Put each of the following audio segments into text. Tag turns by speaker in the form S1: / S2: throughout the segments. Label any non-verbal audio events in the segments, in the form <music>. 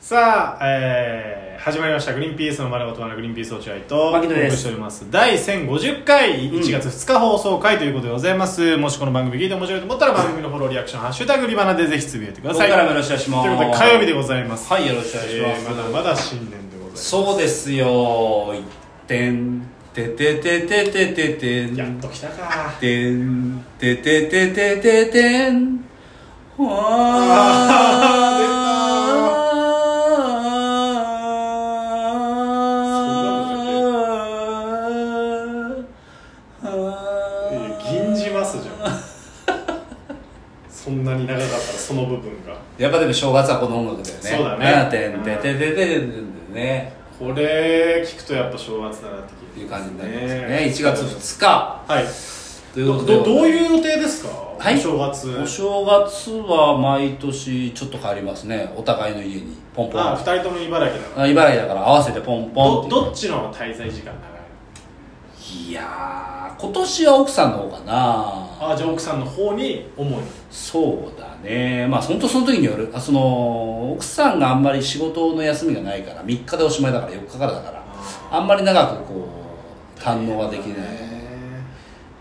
S1: さあ、えー、始まりました「グリーンピースの丸ごと丸グリーンピース落合」と
S2: 牧野です
S1: お送りしております第1050回
S2: うん
S1: 1月2日放送回ということでございます、もしこの番組聞いて面白いと思ったら番組のフォローリアクション「ハッシュタグリバナ」でぜひつぶやいてくだ
S2: 僕
S1: さい
S2: からもよろしくお願いします
S1: ということで火曜日でございます
S2: はいよろしくお願いし
S1: え
S2: ます、
S1: ーまだまだ新年でございます
S2: そうですよいってんてててててててん
S1: やっと来たか
S2: てんててててててん
S1: いや銀じますじゃんそんなに長かったらその部分が
S2: やっぱでも正月はこの音楽だよね
S1: そうだね
S2: てんててててんね
S1: これ聞くとやっぱ正月だなって
S2: っ
S1: 気
S2: て
S1: が
S2: いう感じになりますね1月2日
S1: はい
S2: というこ
S1: ど
S2: とで
S1: どどういう予定ですか、
S2: はい
S1: お正月
S2: お正月は毎年ちょっと変わりますねお互いの家にポンポン
S1: あ二人とも茨城だから
S2: あ茨城だから合わせてポンポン
S1: ど
S2: って
S1: どっちの滞在時間長い
S2: いやー今年は奥さんの方かな
S1: あじゃあ奥さんの方に主に
S2: そうだねまあ本当その時によるあその奥さんがあんまり仕事の休みがないから3日でおしまいだから4日からだからあんまり長くこう堪能はできない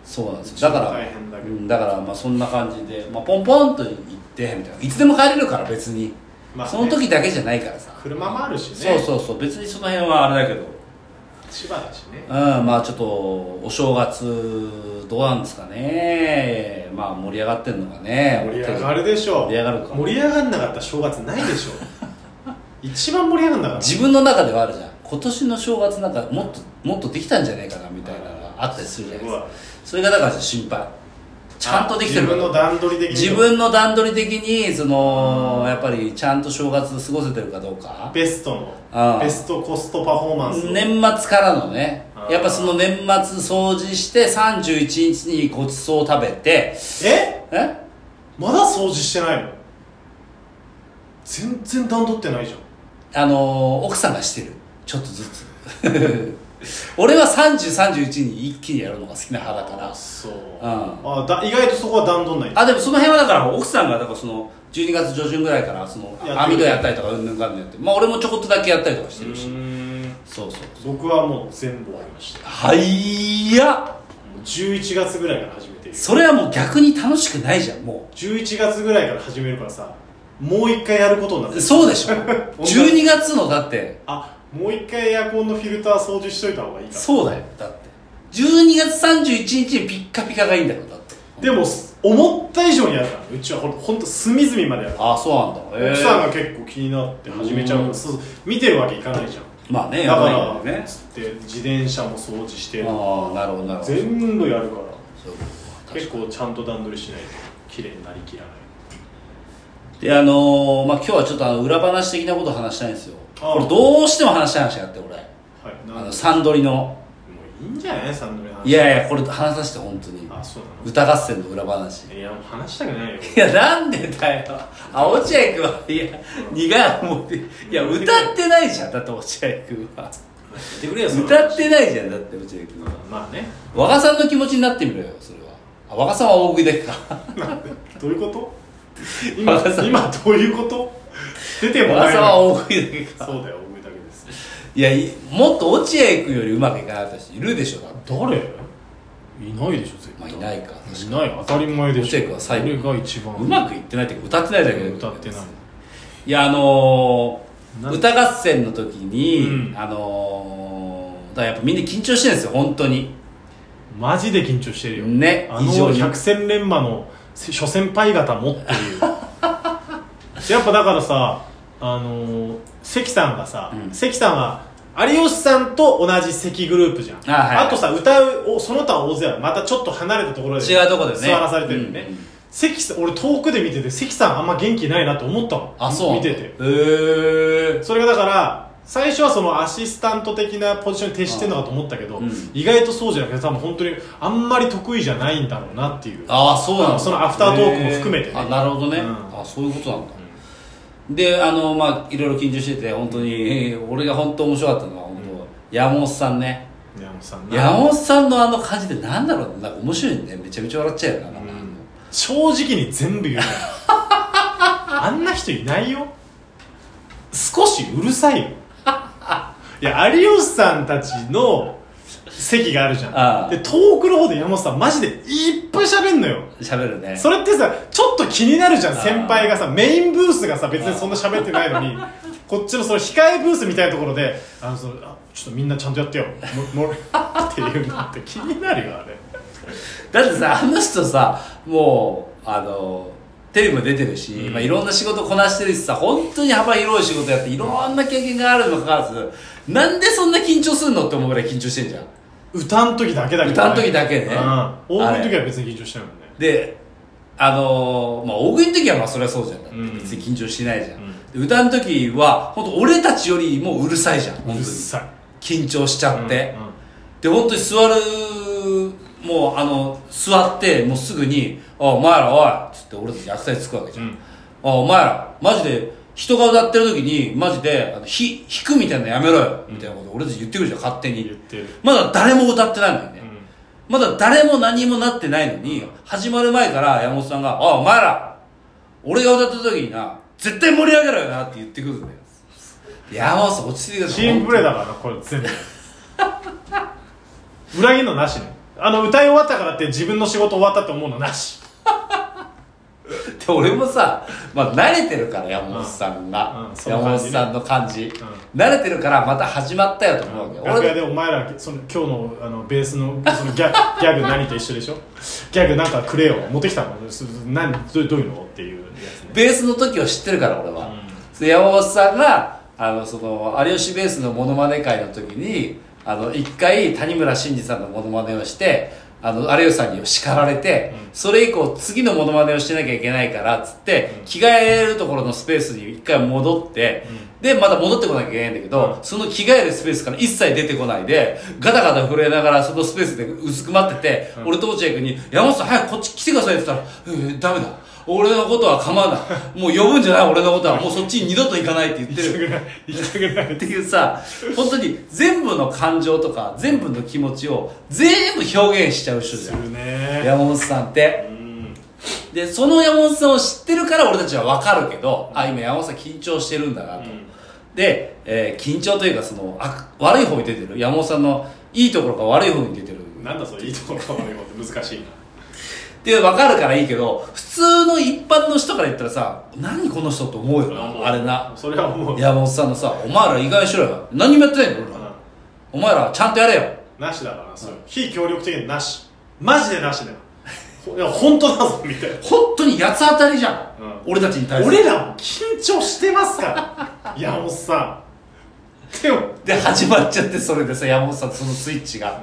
S2: そうなんですよだから
S1: 大変だけど
S2: うん、だからまあそんな感じで、まあ、ポンポンと行ってみたいないつでも帰れるから別に、
S1: まあね
S2: その時だけじゃないからさ
S1: 車もあるしね
S2: そうそうそう別にその辺はあれだけど
S1: 千葉だしね
S2: うんまあちょっとお正月どうなんですかねまあ盛り上がってんのかね
S1: 盛り上がるでしょう
S2: 盛り上がるか
S1: 盛り上がんなかったら正月ないで
S2: <laughs>
S1: しょ一番盛り上がんなかった
S2: 自分の中ではあるじゃん今年の正月なんかもっともっとできたんじゃないかなみたいなのがあったりするじゃないですかそれがだから心配ちゃんとできてる
S1: 自分の段取り的に
S2: 自分の段取り的にそのやっぱりちゃんと正月過ごせてるかどうか
S1: ベスト
S2: あ
S1: の
S2: あ
S1: ベストコストパフォーマンスを
S2: 年末からのね
S1: あー
S2: やっぱその年末掃除して31日にごちそうを食べて
S1: え
S2: え
S1: まだ掃除してないの全然段取ってないじゃん
S2: あのー奥さんがしてるちょっとずつ <laughs> 俺は3031に一気にやるのが好きな派だから
S1: そう、
S2: ん
S1: あだ意外とそこは段取んない
S2: あでもその辺はだから奥さんがだからその12月上旬ぐらいからその
S1: やってる
S2: 網戸やったりとかうんぬんかんぬんやってまあ俺もちょこっとだけやったりとかしてるし
S1: ん
S2: そうそう
S1: 僕はもう全部終わりました
S2: はいや
S1: もう11月ぐらいから始めている
S2: それはもう逆に楽しくないじゃんも
S1: 11月ぐらいから始めるからさもう一回やることになって
S2: う
S1: る
S2: そうでしょ
S1: <laughs>
S2: 12月のだって
S1: あもう一回エアコンのフィルター掃除しといた方がいいか
S2: そうだよだって12月31日にピッカピカがいいんだからだって
S1: でもす思った以上にやるからうちはほんほんと隅々までやる
S2: ああそうなんだ
S1: 奥さん
S2: へ
S1: が結構気になって始めちゃうからそうそう見てるわけいかないじゃん
S2: ーまあね
S1: だか
S2: やばい
S1: ら、
S2: んだよね
S1: つって自転車も掃除して
S2: ああなるほどなるほど
S1: 全部やるから
S2: そういうことか
S1: 結構ちゃんと段取りしないと綺麗になりきらない
S2: であのーまあ、今日はちょっとあの裏話的なことを話したいんですよ
S1: ああ
S2: これどうしても話したい話があって俺
S1: はい
S2: あ
S1: なん
S2: の
S1: で
S2: サンドリの
S1: もういいんじゃないサンドリの話
S2: いやいやこれ話させて本当に
S1: あそうな
S2: 歌合戦の裏話
S1: のいやもう話したくないよ
S2: いやなんでだよあ落合君はいや苦い思い出いや歌ってないじゃんだって落合君は
S1: 言ってくれよその話
S2: 歌ってないじゃんだって落合君は
S1: まあね
S2: 和賀さんの気持ちになってみろよそれはあ和賀さんは大食いだけ
S1: <laughs>
S2: か
S1: どういうこと
S2: <laughs>
S1: 今
S2: 若さ
S1: 今どういうこと出てもな
S2: 和賀
S1: い
S2: さんは
S1: の
S2: 大食いだけか
S1: そうだよ思いだけです
S2: いやいもっと落合君よりうまくいかなかった人いるでしょだって
S1: 誰いないでしょ絶
S2: まあいないか確かに
S1: いない当たり前で
S2: 落合君は最後
S1: が一番
S2: うまくいってないっていうか歌ってないだけで
S1: 歌ってない
S2: いやあのー
S1: なん
S2: 歌合戦の時に、
S1: うん
S2: あのーだからやっぱみんな緊張してるんですよ本当に
S1: マジで緊張してるよ
S2: ね
S1: あ
S2: 異常
S1: の
S2: に
S1: 百戦錬磨のせ諸先輩方もって
S2: <laughs>
S1: いうやっぱだからさあのー関さんがさ、
S2: うん
S1: 関さんは有吉さんと同じ関グループじゃん
S2: あはい
S1: とさ歌うおその他大勢はまたちょっと離れたところで
S2: 違うとこでね
S1: 座らされてるよね、
S2: うんうん
S1: 関さん俺遠くで見てて関さんあんま元気ないなと思ったもん
S2: あそう
S1: 見てて
S2: へえ
S1: それがだから最初はそのアシスタント的なポジションに徹してんのかと思ったけど、
S2: うん
S1: 意外とそうじゃなくて多分本当にあんまり得意じゃないんだろうなっていう
S2: ああそうなんだ
S1: そのアフタートークも含めてね
S2: へーあなるほどね、
S1: うん
S2: あそういうことなんだ、であのまあいろいろ緊張してて本当に、 <laughs> えー俺が本当面白かったのは本当、山本さんね
S1: 山本さんな
S2: 山本さんのあの感じでなんだろうねなんか面白いねめちゃめちゃ笑っちゃうよな、 <laughs>
S1: うん正直に全部言うねあんな人人いないよ少しうるさいよいや有吉さんたちの席があるじゃ
S2: あ
S1: ん
S2: あ
S1: で遠くの方で山本さんマジでいっぱい喋んのよ
S2: 喋るね
S1: それってさちょっと気になるじゃん
S2: ああ
S1: 先輩がさメインブースがさ別にそんな喋ってないの
S2: <laughs>
S1: にこっちのその控えブースみたいなところであのそのあちょっとみんなちゃんとやってよももっていうのって気になるよあれ
S2: だってさあの人さもうあのテレビも出てるし、
S1: うん
S2: まあ、いろんな仕事こなしてるしさ本当に幅広い仕事やっていろんな経験があるのかかわらずなんでそんな緊張するのって思うぐらい緊張してんじゃん
S1: 歌ん時だけだけど、
S2: 歌ん時だけね
S1: うん、大食いの時
S2: あ
S1: は別に緊張しないもんね
S2: であのーまあ大食いの時はまあそれはそうじゃんだって
S1: うん
S2: 別に緊張しないじゃん、
S1: うん
S2: で歌の時は本当俺たちよりもううるさいじゃん本当
S1: う
S2: に
S1: るさい
S2: 緊張しちゃって、
S1: うんうん
S2: で本当に座るもうあの座ってもうすぐに「あお前らおい」っつって俺たち役につくわけじゃん、
S1: うん
S2: あお前らマジで人が歌ってる時にマジであのひ弾くみたいなのやめろよみたいなこと俺たち言ってくるじゃん勝手
S1: 言っ
S2: に
S1: てる、
S2: まだ誰も歌ってないのにね、まだ誰も何もなってないのに始まる前から山本さんが「あお前ら俺が歌った時にな絶対盛り上げろよな」って言ってくるんだよ山本さん落ち着いてくださ
S1: チ
S2: い
S1: ームプレーだからなこれ全
S2: <laughs>
S1: 部裏切るのなしねあの歌い終わったからって自分の仕事終わったって思うのなし
S2: で俺もさ、まあ、慣れてるから山本さん
S1: うん
S2: が、
S1: うんその
S2: 山
S1: 感
S2: 本
S1: じね
S2: さんの感じ、慣れてるからまた始まったよと思うわけ、
S1: 楽屋で
S2: 俺
S1: お前らその今日のあのベースのそのギャ <laughs> ギャグ何と一緒でしょギャグなんかくれよ持ってきたのす何どうどういうのっていうやつね
S2: ベースの時を知ってるから俺は、
S1: うん
S2: で山本さんがあのその有吉ベースのモノマネ会の時にあの一回谷村新司さんのモノマネをしてあの有吉さんに叱られて、
S1: うん
S2: それ以降次のモノマネをしてなきゃいけないからっつって、
S1: うん
S2: 着替えるところのスペースに一回戻って、でまた戻ってこなきゃいけないんだけど、
S1: うん
S2: その着替えるスペースから一切出てこないでガタガタ震えながらそのスペースでうずくまってて、
S1: うん
S2: 俺と落合君に「山本さん早くこっち来てください」って言ったら「えー、ダメだ俺のことは構わないもう呼ぶんじゃない俺のことはもうそっちに二度と行かない」って言って
S1: 行きた <laughs>
S2: る
S1: くない行きたくない
S2: っていうさ本当に全部の感情とか全部の気持ちを全部表現しちゃう人じ
S1: す
S2: ゃん
S1: るね
S2: 山本さんって。
S1: うん
S2: でその山本さんを知ってるから俺たちは分かるけど、あ今山本さん緊張してるんだなと、
S1: うん
S2: で、えー緊張というかそのあ悪い方に出てる山本さんのいいところが悪い方に出てるっ
S1: なんだそれいいところか悪いところって難しいな
S2: ていうの分かるからいいけど普通の一般の人から言ったらさ何この人と思うよなあれな
S1: それはもう
S2: 山本さんのさお前ら意外しろよ何もやってないんだよ俺らお前らちゃんとやれよ
S1: なしだからなそれ非協力的になしマジでなしだよほいや本当だぞみたいな
S2: 本当に八つ当たりじゃん、
S1: うん
S2: 俺たちに対する
S1: 俺らも緊張してますから山本さんでも、
S2: で始まっちゃってそれでさ山本さんそのスイッチが、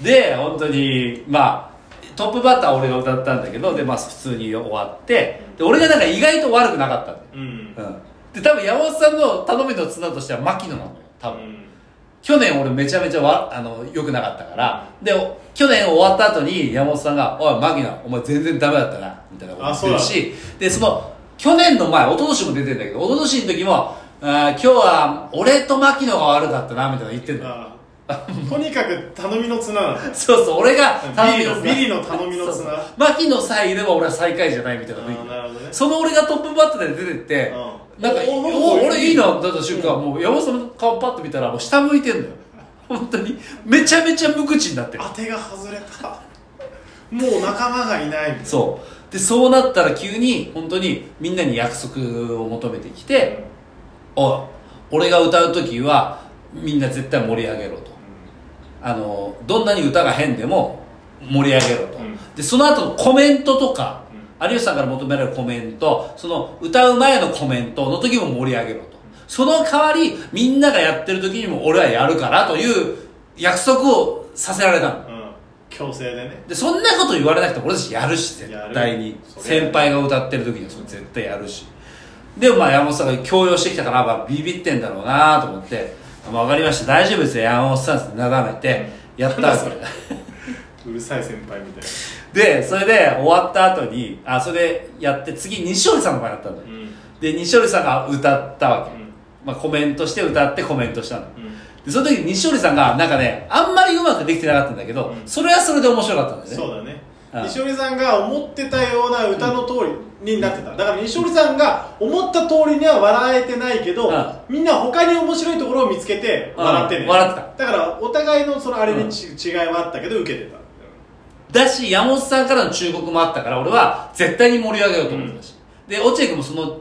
S2: で本当にまあトップバッターは俺が歌ったんだけどでまあ普通に終わってで俺がなんか意外と悪くなかったんだ
S1: うんうん
S2: よ、うん、で多分山本さんの頼みの綱としては牧野なのよ多分、去年俺めちゃめちゃわあの良くなかったからで去年終わった後に山本さんが「おい牧野お前全然ダメだったな」みたいなこと言ってるしでその去年の前一昨年も出てんだけど一昨年の時も「あー今日は俺と牧野が悪かったな」みたいなの言ってんだよ
S1: あーとにかく頼みの綱なの
S2: そうそう、俺が
S1: ビリのビリの頼みの綱
S2: そうそう牧野さえいれば俺は最下位じゃないみたいな雰囲
S1: あー
S2: 気
S1: なるほどね
S2: その俺がトップバッターで出てって、
S1: うん
S2: なんか、
S1: おー
S2: お
S1: おー
S2: 俺いいなだった瞬間、もう山本さんの顔パッと見たら、もう下向いてんのよ。本当に、めちゃめちゃ無口になってる。
S1: 当てが外れたもう仲間がいないみたいな
S2: そう。で、そうなったら急に、本当にみんなに約束を求めてきて、おい、俺が歌う時は、みんな絶対盛り上げろと。あのどんなに歌が変でも盛り上げろと、
S1: うん
S2: でその後のコメントとか、有吉さんから求められるコメントその歌う前のコメントの時も盛り上げろとその代わりみんながやってる時にも俺はやるからという約束をさせられたの
S1: うんうん強制でね
S2: でそんなこと言われなくても俺たちやるし絶対
S1: や
S2: に
S1: るそれ
S2: 先輩が歌ってる時にはそれ絶対やるしでまあ山本さんが強要してきたから、まあ、ビビってんだろうなと思って「まあ、分かりました大丈夫ですよ山本さん」ってなだめてやったわけ
S1: うるさい先輩みたいな
S2: でそれで終わった後にあそれでやって次西堀さんの前だったんだよ
S1: うん
S2: で西堀さんが歌ったわけ、
S1: うん
S2: まあ、コメントして歌ってコメントしたの
S1: うん
S2: でその時に西堀さんがなんかねあんまりうまくできてなかったんだけど、
S1: うん
S2: それはそれで面白かったんだよね
S1: そうだね
S2: うん
S1: 西堀さんが思ってたような歌の通りになってた、だから西堀さんが思った通りには笑えてないけど、
S2: うん
S1: みんな他に面白いところを見つけて笑ってね、
S2: うん笑って
S1: ただからお互いのそのあれにち、違いはあったけど受けてた
S2: だし山本さんからの忠告もあったから俺は絶対に盛り上げようと思ってたし、で落合君もその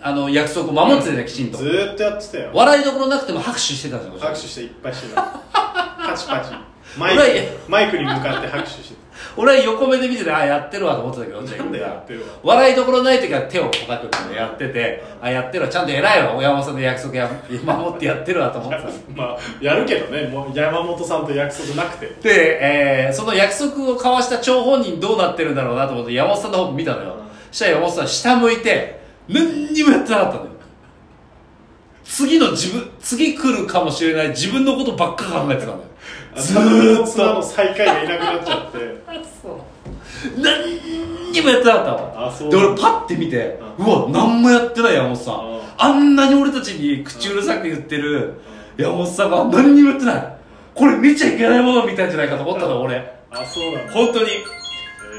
S2: あの約束を守ってたね、きちんと
S1: ずーっとやってたよ
S2: 笑いどころなくても拍手してたじゃん
S1: 拍手していっぱいしてた <laughs> パチ <laughs> パチマイ
S2: 俺
S1: クマイクに向かって拍手して
S2: 俺は横目で見ててああやってるわと思ってたけど落
S1: た
S2: 合
S1: なん
S2: 君
S1: でや
S2: が
S1: ってるわ
S2: 笑いどころない時は手をこかくってやっててあやってるわちゃんと偉いわ山本さんの約束や守ってやってるわと思ってた
S1: まあやるけどねもう山本さんと約束なくて
S2: で、えーその約束を交わした張本人どうなってるんだろうなと思って山本さんの方見たの
S1: う
S2: よ
S1: ん
S2: そしたら山本さん下向いて何にもやってなかったのよ次の自分次来るかもしれない自分のことばっか考えてたのよずーっ
S1: その
S2: と
S1: 最下位がいなくなっちゃって
S2: 何にもやってなかった
S1: あそ
S2: の
S1: う
S2: で俺パッて見てうわ何もやってない山本さん
S1: うん
S2: あんなに俺たちに口うるさく言ってる山本さんが何にもやってないこれ見ちゃいけないもの見たんじゃないかと思ったの俺
S1: <laughs> あそうなんだ
S2: 本当に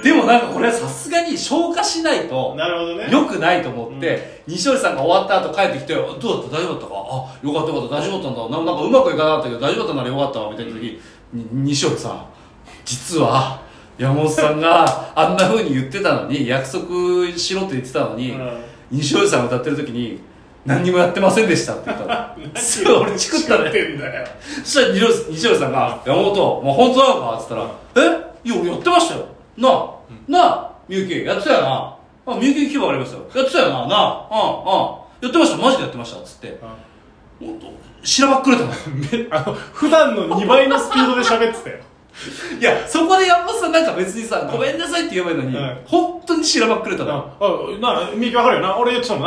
S2: でもなんかこれはさすがに消化しないと
S1: なるほどね
S2: 良くないと思って、西堀さんが終わった後帰ってきて「どうだった大丈夫だったかあよかったよかった大丈夫だったんだななんかうまくいかなかったけど大丈夫だったならよかったわ」みたいな時に西堀さん実は山本さんがあんな風に言ってたのに約束しろって言ってたのに、
S1: うん
S2: 西堀さんが歌ってる時に「何にもやってませんでした」って言っ
S1: <laughs>
S2: たのそれ俺チクったね
S1: てんだよ
S2: そしたら西西堀さんが「山本もう本当なのか?」っつったら「えいや俺やってましたよなあ、なあみゆきやってたよなあみゆきに聞けばわかりますよやってたよななあうんうんやってましたマジでやってました」っつってほんとしらばっくれた <laughs> のい
S1: あの普段の2倍のスピードで喋ってたよ
S2: やそこで山本さんなんか別にさ「ごめんなさい」って言えばいいのに、
S1: うん
S2: 本当にしらばっくれたの、
S1: ああなあみゆきわかるよな俺言ってたもん